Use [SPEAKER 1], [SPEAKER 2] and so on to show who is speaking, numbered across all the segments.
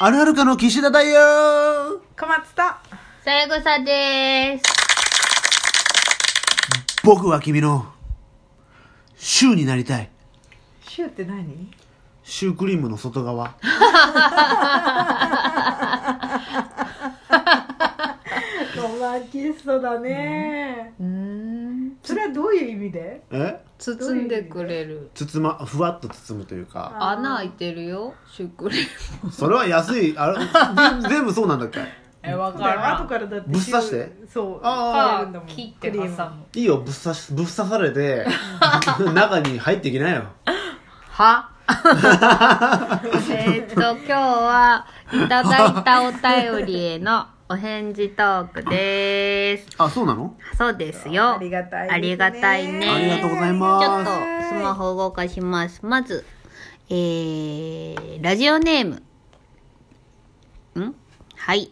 [SPEAKER 1] あるあるかの岸田だよ
[SPEAKER 2] 小松と
[SPEAKER 3] さやこさです。
[SPEAKER 1] 僕は君の、シューになりたい。
[SPEAKER 2] シューって何
[SPEAKER 1] シュークリームの外側。
[SPEAKER 2] ロマンチストだね、
[SPEAKER 3] うーん。
[SPEAKER 2] それはどういう意味で
[SPEAKER 1] え
[SPEAKER 3] 包んでくれる。
[SPEAKER 1] 包ま、ふわっと包むというか。
[SPEAKER 3] 穴開いてるよ。シュークリーム。
[SPEAKER 1] それは安い、あれ、全部 そうなんだっけ
[SPEAKER 4] え、わ
[SPEAKER 2] だ
[SPEAKER 4] か
[SPEAKER 2] からら後
[SPEAKER 4] ん。
[SPEAKER 2] からだって
[SPEAKER 1] ぶっ刺して
[SPEAKER 2] そう
[SPEAKER 1] あ
[SPEAKER 2] やるんだもん
[SPEAKER 4] 切って
[SPEAKER 2] クリーム
[SPEAKER 4] 挟む。
[SPEAKER 1] いいよ、ぶっ刺し、ぶっ刺されて、 中に入っていきなよ。
[SPEAKER 3] はえーっと、今日は、いただいたお便りへのお返事トークです。
[SPEAKER 1] あ、そうなの
[SPEAKER 3] そうですよ。
[SPEAKER 2] ありがたいですね
[SPEAKER 3] ありがたいね。
[SPEAKER 1] ありがとうございます
[SPEAKER 3] ちょっと、スマホを動かします。まず、えー、ラジオネーム。んはい。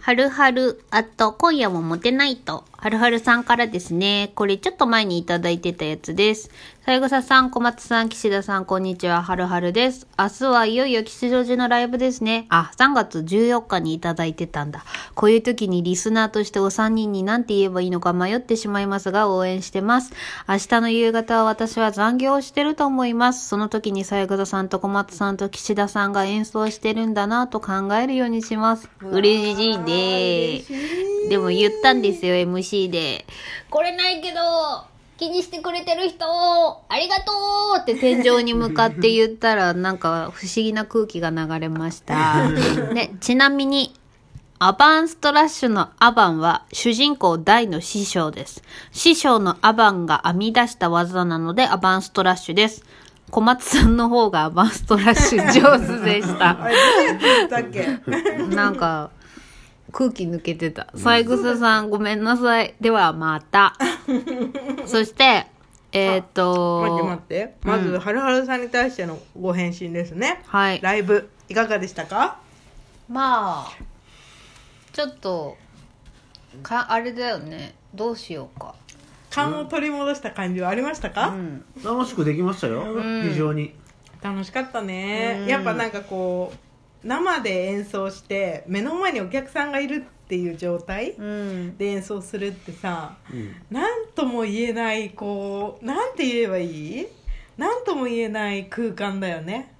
[SPEAKER 3] はるはる、あと、今夜もモテないと、はるはるさんからですね。これちょっと前にいただいてたやつです。さゆぐささん、小松さん、岸田さん、こんにちは、はるはるです。明日はいよいよ吉祥寺のライブですね。あ、3月14日にいただいてたんだ。こういう時にリスナーとしてお三人に何て言えばいいのか迷ってしまいますが、応援してます。明日の夕方は私は残業をしてると思います。その時にさゆぐささんと小松さんと岸田さんが演奏してるんだなと考えるようにします。嬉しいねでも言ったんですよ MC で来れないけど気にしてくれてる人ありがとうって天井に向かって言った らなんか不思議な空気が流れました、ね、ちなみにアバンストラッシュのアバンは主人公大の師匠です。師匠のアバンが編み出した技なのでアバンストラッシュです。小松さんの方がアバンストラッシュ上手でした。
[SPEAKER 2] あれどうやってたっ け
[SPEAKER 3] なんか空気抜けてた。三枝さんごめんなさい。ではま た。そして、
[SPEAKER 2] 待っ
[SPEAKER 3] えーっ
[SPEAKER 2] て
[SPEAKER 3] と
[SPEAKER 2] 待っ、てまずはるはるさんに対してのご返信ですね
[SPEAKER 3] はい。
[SPEAKER 2] ライブいかがでしたか
[SPEAKER 3] まあ、ちょっと、か、あれだよね。どうしようか。
[SPEAKER 2] 勘を取り戻した感じはありましたか、
[SPEAKER 3] うん。
[SPEAKER 1] 楽しくできましたよ。非常に。
[SPEAKER 2] 楽しかったね、やっぱなんかこう生で演奏して目の前にお客さんがいるっていう状態
[SPEAKER 3] うん。
[SPEAKER 2] で演奏するってさ、
[SPEAKER 1] うん
[SPEAKER 2] なんとも言えないこうなんて言えばいいなんとも言えない空間だよね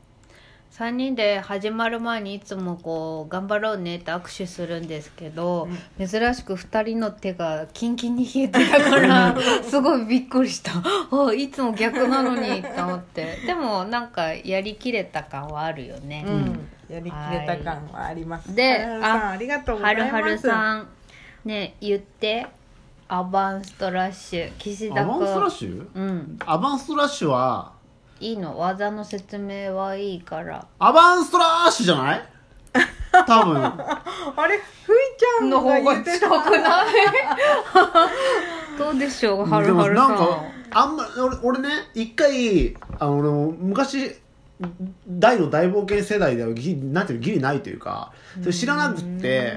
[SPEAKER 3] 3人で始まる前にいつもこう「頑張ろうね」って握手するんですけど、珍しく2人の手がキンキンに冷えてたからすごいびっくりしたあいつも逆なのにと思ってでもなんかやりきれた感はあるよね、
[SPEAKER 2] うんやりきれた感はありますは
[SPEAKER 3] で
[SPEAKER 2] るはるさん
[SPEAKER 3] あ
[SPEAKER 2] ありがとうござ
[SPEAKER 3] はい
[SPEAKER 2] ま
[SPEAKER 3] る
[SPEAKER 2] す
[SPEAKER 3] はる
[SPEAKER 2] ん
[SPEAKER 3] さんね言ってアバンストラッシュ岸田
[SPEAKER 1] アバンストラッ
[SPEAKER 3] 君
[SPEAKER 1] シュ
[SPEAKER 3] うん
[SPEAKER 1] アバンストラッシュは、
[SPEAKER 3] いいの技の説明はいいから
[SPEAKER 1] アバンストラッシュじゃない多分。
[SPEAKER 2] あれふいちゃん
[SPEAKER 3] の
[SPEAKER 2] の
[SPEAKER 3] 方
[SPEAKER 2] 方
[SPEAKER 3] が
[SPEAKER 2] が言っ
[SPEAKER 3] 近
[SPEAKER 2] てた
[SPEAKER 3] くない どうでしょうは
[SPEAKER 1] で
[SPEAKER 3] る
[SPEAKER 1] も
[SPEAKER 3] はるさ
[SPEAKER 1] なん
[SPEAKER 3] ん
[SPEAKER 1] かあんま俺俺ね一回あの昔大の大冒険世代ではぎなんていうのギリないというかそれ知らなくって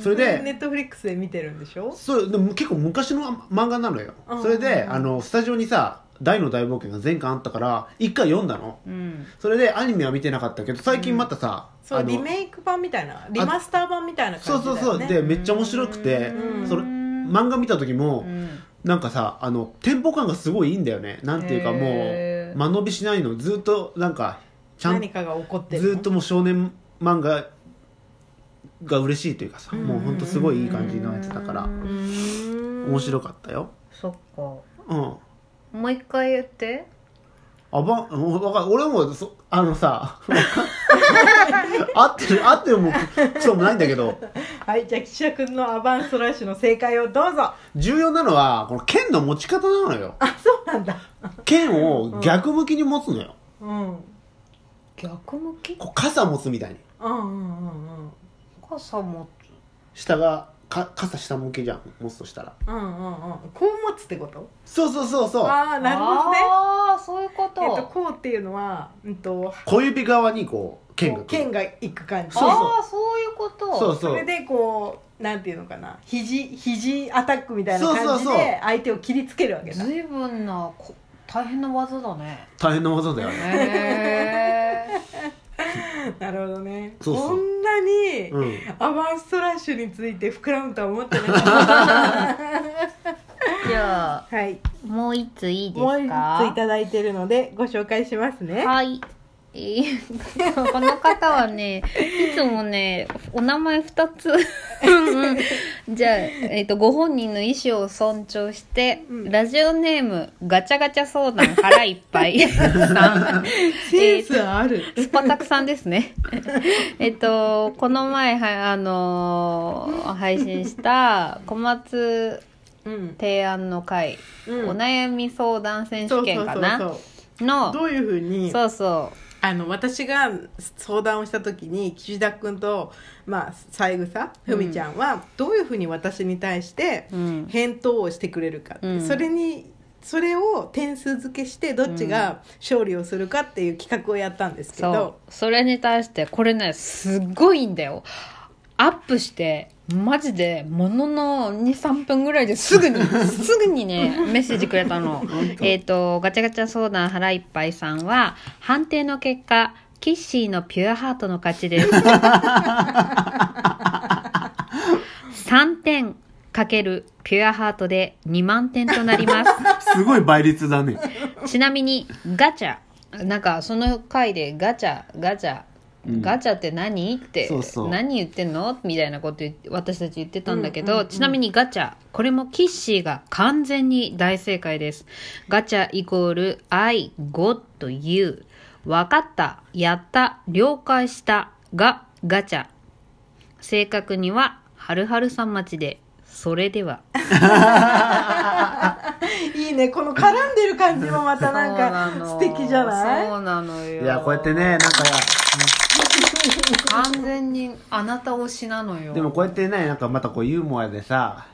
[SPEAKER 1] それ
[SPEAKER 2] ネッ
[SPEAKER 1] で
[SPEAKER 2] トフリックスで見てるんでしょ
[SPEAKER 1] それでも結構昔の漫画なのよ
[SPEAKER 2] うん
[SPEAKER 1] それであのスタジオにさ大の大冒険が全巻あったから一回読んだの
[SPEAKER 3] うん
[SPEAKER 1] それでアニメは見てなかったけど最近またさ、
[SPEAKER 2] そう
[SPEAKER 1] あの
[SPEAKER 2] リメイク版みたいなリマスター版みたいな
[SPEAKER 1] そ
[SPEAKER 2] 感
[SPEAKER 1] う
[SPEAKER 2] じだ
[SPEAKER 1] そ
[SPEAKER 2] よ
[SPEAKER 1] う
[SPEAKER 2] ね
[SPEAKER 1] そうでめっちゃ面白くて
[SPEAKER 2] うん
[SPEAKER 1] それ漫画見た時も、
[SPEAKER 3] うん
[SPEAKER 1] なんかさあのテンポ感がすごいいいんだよねなんていうか
[SPEAKER 3] へー
[SPEAKER 1] もう間延びしないのずっとなんかちゃん
[SPEAKER 2] 何かが起こってるの
[SPEAKER 1] ずっともう少年漫画が嬉しいというかさ
[SPEAKER 2] うん
[SPEAKER 1] もうほんとすごいいい感じになってたから
[SPEAKER 2] うーん
[SPEAKER 1] 面白かったよ
[SPEAKER 3] そっかも
[SPEAKER 1] うんあ
[SPEAKER 3] う一回言って
[SPEAKER 1] ばうんわかる俺もそあのさ 合ってる合ってるもクソもないんだけど
[SPEAKER 2] はいじゃあ岸田君のアバンストラッシュの正解をどうぞ
[SPEAKER 1] 重要なのはこの剣の持ち方なのよ
[SPEAKER 2] あそうなんだ
[SPEAKER 1] 剣を逆向きに持つのよ
[SPEAKER 2] うん
[SPEAKER 3] 逆向き
[SPEAKER 1] こう傘持つみたいに
[SPEAKER 2] うんうんうんうん
[SPEAKER 3] 傘持
[SPEAKER 1] 下がか傘下向けじゃん持つとしたら
[SPEAKER 2] うんうんうんこう持つってこと
[SPEAKER 1] そうそうそうそう
[SPEAKER 2] ああ
[SPEAKER 3] つ
[SPEAKER 2] なるほどね
[SPEAKER 3] ああそういうこ
[SPEAKER 2] えっと
[SPEAKER 3] と
[SPEAKER 2] こうっていうのはうんと
[SPEAKER 1] 小指側にこう剣が
[SPEAKER 2] こ
[SPEAKER 1] 来
[SPEAKER 2] う
[SPEAKER 1] る
[SPEAKER 2] 剣がいく感じ
[SPEAKER 1] そうそう
[SPEAKER 3] ああそういうこと
[SPEAKER 1] そうそう
[SPEAKER 2] それでこうなんていうのかな肘肘アタックみたいな
[SPEAKER 1] そう
[SPEAKER 2] 感
[SPEAKER 1] そう
[SPEAKER 2] じ
[SPEAKER 1] そう
[SPEAKER 2] で相手を切りつけるわけだ
[SPEAKER 3] ずいぶんなこ大変な技だね
[SPEAKER 1] 大変な技だよね
[SPEAKER 3] へえ
[SPEAKER 2] なるほどね
[SPEAKER 1] そうそう
[SPEAKER 2] こんななに
[SPEAKER 1] うん
[SPEAKER 2] アバンストラッシュについて膨らむとは思って なかった
[SPEAKER 3] じゃあ
[SPEAKER 2] はい
[SPEAKER 3] もう一ついいです
[SPEAKER 2] もう一つ
[SPEAKER 3] か
[SPEAKER 2] いただいてるのでご紹介しますね
[SPEAKER 3] はい。えー この方はね、いつもね、お名前二つ。 うんうんじゃあ、えっ、と、ご本人の意思を尊重して、
[SPEAKER 2] うん
[SPEAKER 3] ラジオネーム、ガチャガチャ相談腹いっぱ いさん。
[SPEAKER 2] センスある、
[SPEAKER 3] スパタクさんですね。 えっと、この前、はあのー配信した小松
[SPEAKER 2] うん
[SPEAKER 3] 提案の会、
[SPEAKER 2] うん
[SPEAKER 3] お悩み相談選
[SPEAKER 2] そ
[SPEAKER 3] 手
[SPEAKER 2] うそ
[SPEAKER 3] 権
[SPEAKER 2] う
[SPEAKER 3] か
[SPEAKER 2] そう
[SPEAKER 3] な
[SPEAKER 2] そう
[SPEAKER 3] の、
[SPEAKER 2] どういうふうに
[SPEAKER 3] そうそう。
[SPEAKER 2] あの私が相談をした時に岸田君と、まあ、三枝ふみちゃんはどういうふうに私に対して
[SPEAKER 3] うん
[SPEAKER 2] 返答をしてくれるかって、
[SPEAKER 3] うん
[SPEAKER 2] それにそれを点数付けしてどっちが勝利をするかっていう企画をやったんですけ
[SPEAKER 3] そう
[SPEAKER 2] ど、
[SPEAKER 3] それに対してこれねすごいんだよアップしてマジでものの23分ぐらいです ぐにすぐにねメッセージくれたのえっとガチャガチャ相談腹いっぱいさんは判定の結果キッシーのピュアハートの勝 ちです3点かけるピュアハートで2万点となります
[SPEAKER 1] すごい倍率だね
[SPEAKER 3] ちなみにガチャなんかその回でガチャガチ
[SPEAKER 1] う
[SPEAKER 3] ャ、
[SPEAKER 1] ん
[SPEAKER 3] ガチャって何って
[SPEAKER 1] そうそう
[SPEAKER 3] 何言ってんのみたいなこと言って私たち言ってたんだけど、ちなみにガチャこれもキッシーが完全に大正解ですガチャイコール I got you 分かったやった了解したがガチャ正確にははるはるさん町でそれではい
[SPEAKER 2] いねこの絡んでる感じもまたなんか
[SPEAKER 3] そう
[SPEAKER 2] 素
[SPEAKER 3] の
[SPEAKER 2] 敵じゃない
[SPEAKER 3] そうなのよ
[SPEAKER 1] いやこうやってねなんか
[SPEAKER 3] 完全にあなた推しなのよ
[SPEAKER 1] でもこうやってねなんかまたこうユーモアでさ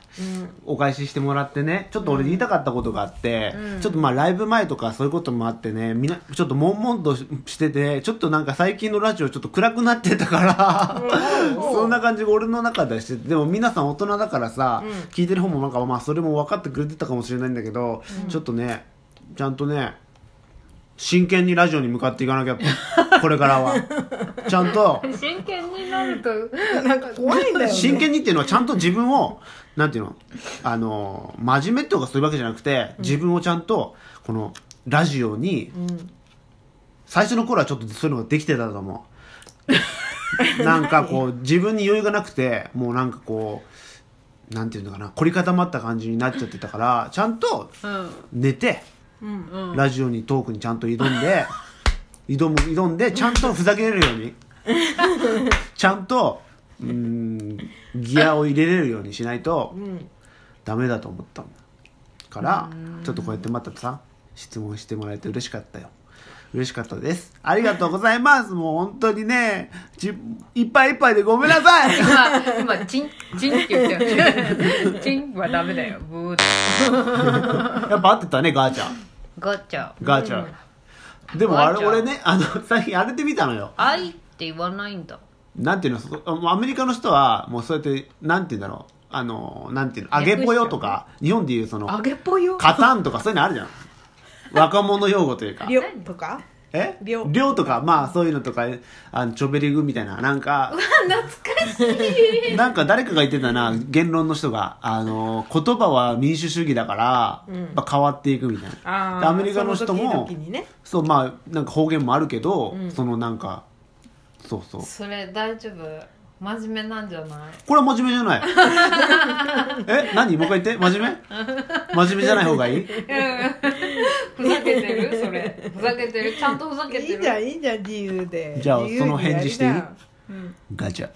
[SPEAKER 1] お返ししてもらってねちょっと俺言いたかったことがあって、ちょっとまあライブ前とかそういうこともあってねみんなちょっと悶々とししててちょっとなんか最近のラジオちょっと暗くなってたから そんな感じが俺の中でしててでも皆さん大人だからさ、聞いてる方もなんかまあそれも分かってくれてたかもしれないんだけど、ちょっとねちゃんとね真剣にラジオに向かっていかなきゃこれからはちゃんと
[SPEAKER 3] 真剣になると
[SPEAKER 2] なんか怖いんだよね
[SPEAKER 1] 真剣にっていうのはちゃんと自分をなんていうのあの真面目とかそういうわけじゃなくて自分をちゃんとこのラジオに、最初の頃はちょっとそういうのができてたと思うなんかこう自分に余裕がなくてもうなんかこうなんていうのかな凝り固まった感じになっちゃってたからちゃんと
[SPEAKER 3] うん
[SPEAKER 1] 寝て、
[SPEAKER 3] ん
[SPEAKER 1] ラジオにトークにちゃんと挑んで 挑む挑んでちゃんとふざけれるよ うにちゃんとうーんギアを入れれるようにしないと
[SPEAKER 2] うん
[SPEAKER 1] ダメだと思ったもんからちょっとこうやってまたさ質問してもらえて嬉しかったよ嬉しかったですありがとうございますもう本当にねじいっぱいいっぱいでごめんなさ い
[SPEAKER 3] 今今チンチンって言ってるチンはダメだよブーって
[SPEAKER 1] やっぱ合ってたねガーちゃん
[SPEAKER 3] ガチャ
[SPEAKER 1] ガーちゃん、でもあ
[SPEAKER 3] ガー
[SPEAKER 1] れ
[SPEAKER 3] ちゃん
[SPEAKER 1] 俺ねあの最近あれで見たのよ
[SPEAKER 3] 愛って言わないんだ
[SPEAKER 1] なんていうのそアメリカの人はもうそうやってなんていうんだろうあのなんていうの揚げぽよとか日本でいうその
[SPEAKER 3] 揚げぽよ
[SPEAKER 1] カタンとかそういうのあるじゃん若者用語というか
[SPEAKER 2] りょとか
[SPEAKER 1] え
[SPEAKER 2] りょう
[SPEAKER 1] 量とかまあそういうのとかあのチョベリグみたいななん かなんか誰かが言ってたな言論の人があの言葉は民主主義だから、
[SPEAKER 2] うん
[SPEAKER 1] まあ変わっていくみたい
[SPEAKER 2] あ
[SPEAKER 1] なで
[SPEAKER 2] ー
[SPEAKER 1] アメリカの人
[SPEAKER 2] その
[SPEAKER 1] も
[SPEAKER 2] 時々にね
[SPEAKER 1] そうまあなんか方言もあるけど、
[SPEAKER 2] うん
[SPEAKER 1] そのなんかそうそう
[SPEAKER 3] それ大丈夫真面目なんじゃない
[SPEAKER 1] これは真面目じゃ ないえ何もう一回言って真面目真面目じゃない方がいい
[SPEAKER 3] ふざけてるそれふざけてるちゃんとふざ
[SPEAKER 2] いいじゃんいいじゃん自由で
[SPEAKER 1] じゃあ
[SPEAKER 2] 自由
[SPEAKER 1] その
[SPEAKER 2] にやりな
[SPEAKER 1] 返事していいガチャ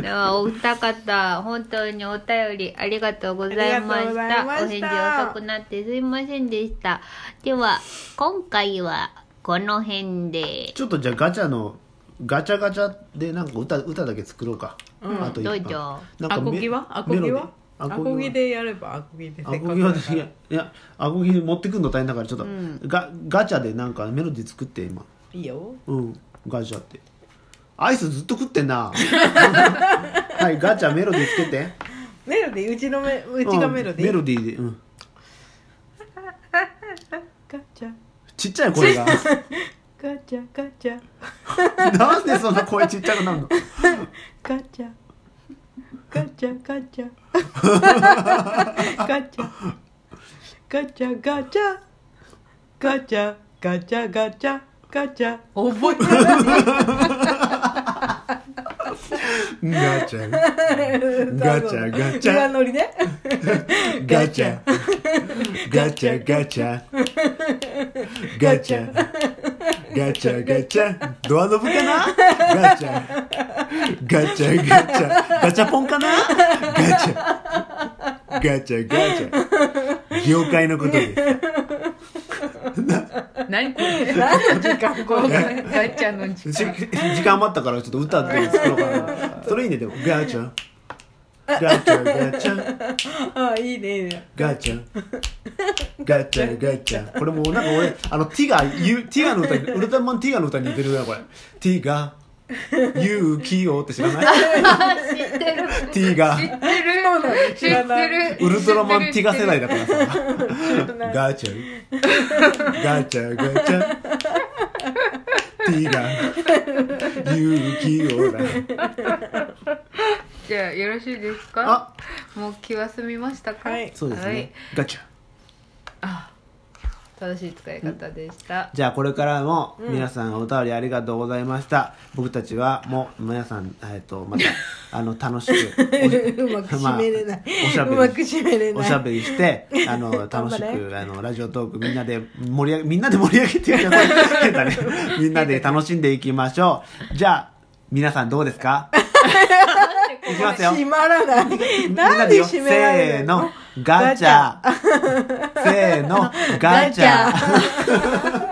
[SPEAKER 3] ではお二方本当にお便りありがとうございま
[SPEAKER 2] あり
[SPEAKER 3] した
[SPEAKER 2] がとうござい
[SPEAKER 3] お
[SPEAKER 2] まし
[SPEAKER 3] 返
[SPEAKER 2] た
[SPEAKER 3] 事遅くなってすいませんでしたでは今回はこの辺で
[SPEAKER 1] ちょっとじゃあガチャのガチャガチャでなんか歌歌だけ作ろうか、あと一
[SPEAKER 3] どう
[SPEAKER 1] 分
[SPEAKER 3] ぞ
[SPEAKER 1] なん
[SPEAKER 2] ア
[SPEAKER 1] か
[SPEAKER 2] コ
[SPEAKER 1] メ
[SPEAKER 2] ギはアコギ
[SPEAKER 1] メロディ
[SPEAKER 2] はアコギでやればアコギで
[SPEAKER 1] アコギは
[SPEAKER 2] せっかく
[SPEAKER 1] い
[SPEAKER 2] だ
[SPEAKER 1] や
[SPEAKER 2] か
[SPEAKER 1] いやアコギ持ってくるの大変だからちょっと、ガガチャでなんかメロディー作って今
[SPEAKER 2] らいいよ
[SPEAKER 1] うんガチャってアイスずっと食ってん なはいガチャメロディーつけて
[SPEAKER 2] メロディーうちのメうちがメロ
[SPEAKER 1] う
[SPEAKER 2] ディー、
[SPEAKER 1] んメロディーでうん
[SPEAKER 2] ガチャ
[SPEAKER 1] ちっちゃい声が
[SPEAKER 2] ガチャガチャ
[SPEAKER 1] なんでそんな声ちっちゃくなるの
[SPEAKER 2] ガチャガチャガチャガチャガチャガチャガチャガチャガチャガチャ覚
[SPEAKER 1] ガチャ
[SPEAKER 2] え てる
[SPEAKER 1] ガチャガチャ
[SPEAKER 2] 裏乗りね
[SPEAKER 1] ガチャガチャガチャガチャガチャガチャドアノブかなガチャガチャガチャガチャポンかなガチャガチャガチャ業界のことです
[SPEAKER 3] 何これ
[SPEAKER 2] 何の時間これ
[SPEAKER 3] ガチャの時
[SPEAKER 1] し時間余ったからちょっと歌って作ろうかなそれいいねでもガチャガチャガチャ
[SPEAKER 2] あいいねいいね
[SPEAKER 1] ガチャガチャガチャこれもうなんか俺あのティガユティガの歌にウルトラマンティガの歌に似てるなこれティガ勇気をって知らない
[SPEAKER 3] 間知ってる
[SPEAKER 1] ティガ
[SPEAKER 3] 知ってる知
[SPEAKER 2] 知ら
[SPEAKER 3] っ
[SPEAKER 2] な
[SPEAKER 3] て
[SPEAKER 2] い
[SPEAKER 3] る
[SPEAKER 1] ウルトラマンティガ世代だからさ
[SPEAKER 2] ない
[SPEAKER 1] ガチャガチャガチャティガ 勇気をだ
[SPEAKER 3] じゃあよろしいですか
[SPEAKER 1] あ
[SPEAKER 3] もう気は済みましたか
[SPEAKER 2] はい
[SPEAKER 1] そうですね、
[SPEAKER 3] はい
[SPEAKER 1] ガチャ
[SPEAKER 3] 正しい使い方でした
[SPEAKER 1] じゃあこれからも皆さんお便りありがとうございました、僕たちはもう皆さん、えっと またあの楽しく
[SPEAKER 2] うまく締めれない、
[SPEAKER 1] おしゃべ
[SPEAKER 2] う
[SPEAKER 1] り
[SPEAKER 2] まく締めれ
[SPEAKER 1] お
[SPEAKER 2] ない
[SPEAKER 1] しゃべりしてあ の
[SPEAKER 2] 頑
[SPEAKER 1] 楽
[SPEAKER 2] 張
[SPEAKER 1] し
[SPEAKER 2] れ
[SPEAKER 1] くあのラジオトークみんなで盛り上げみんなで盛り上げて やばい変だねみんなで楽しんでいきましょうじゃあ皆さんどうです かいきますよ
[SPEAKER 2] 閉まらない
[SPEAKER 1] みん
[SPEAKER 2] な
[SPEAKER 1] なんで
[SPEAKER 2] で
[SPEAKER 1] よ
[SPEAKER 2] 閉
[SPEAKER 1] せ
[SPEAKER 2] められ
[SPEAKER 1] ー
[SPEAKER 2] る
[SPEAKER 1] のガチャせーのガチャ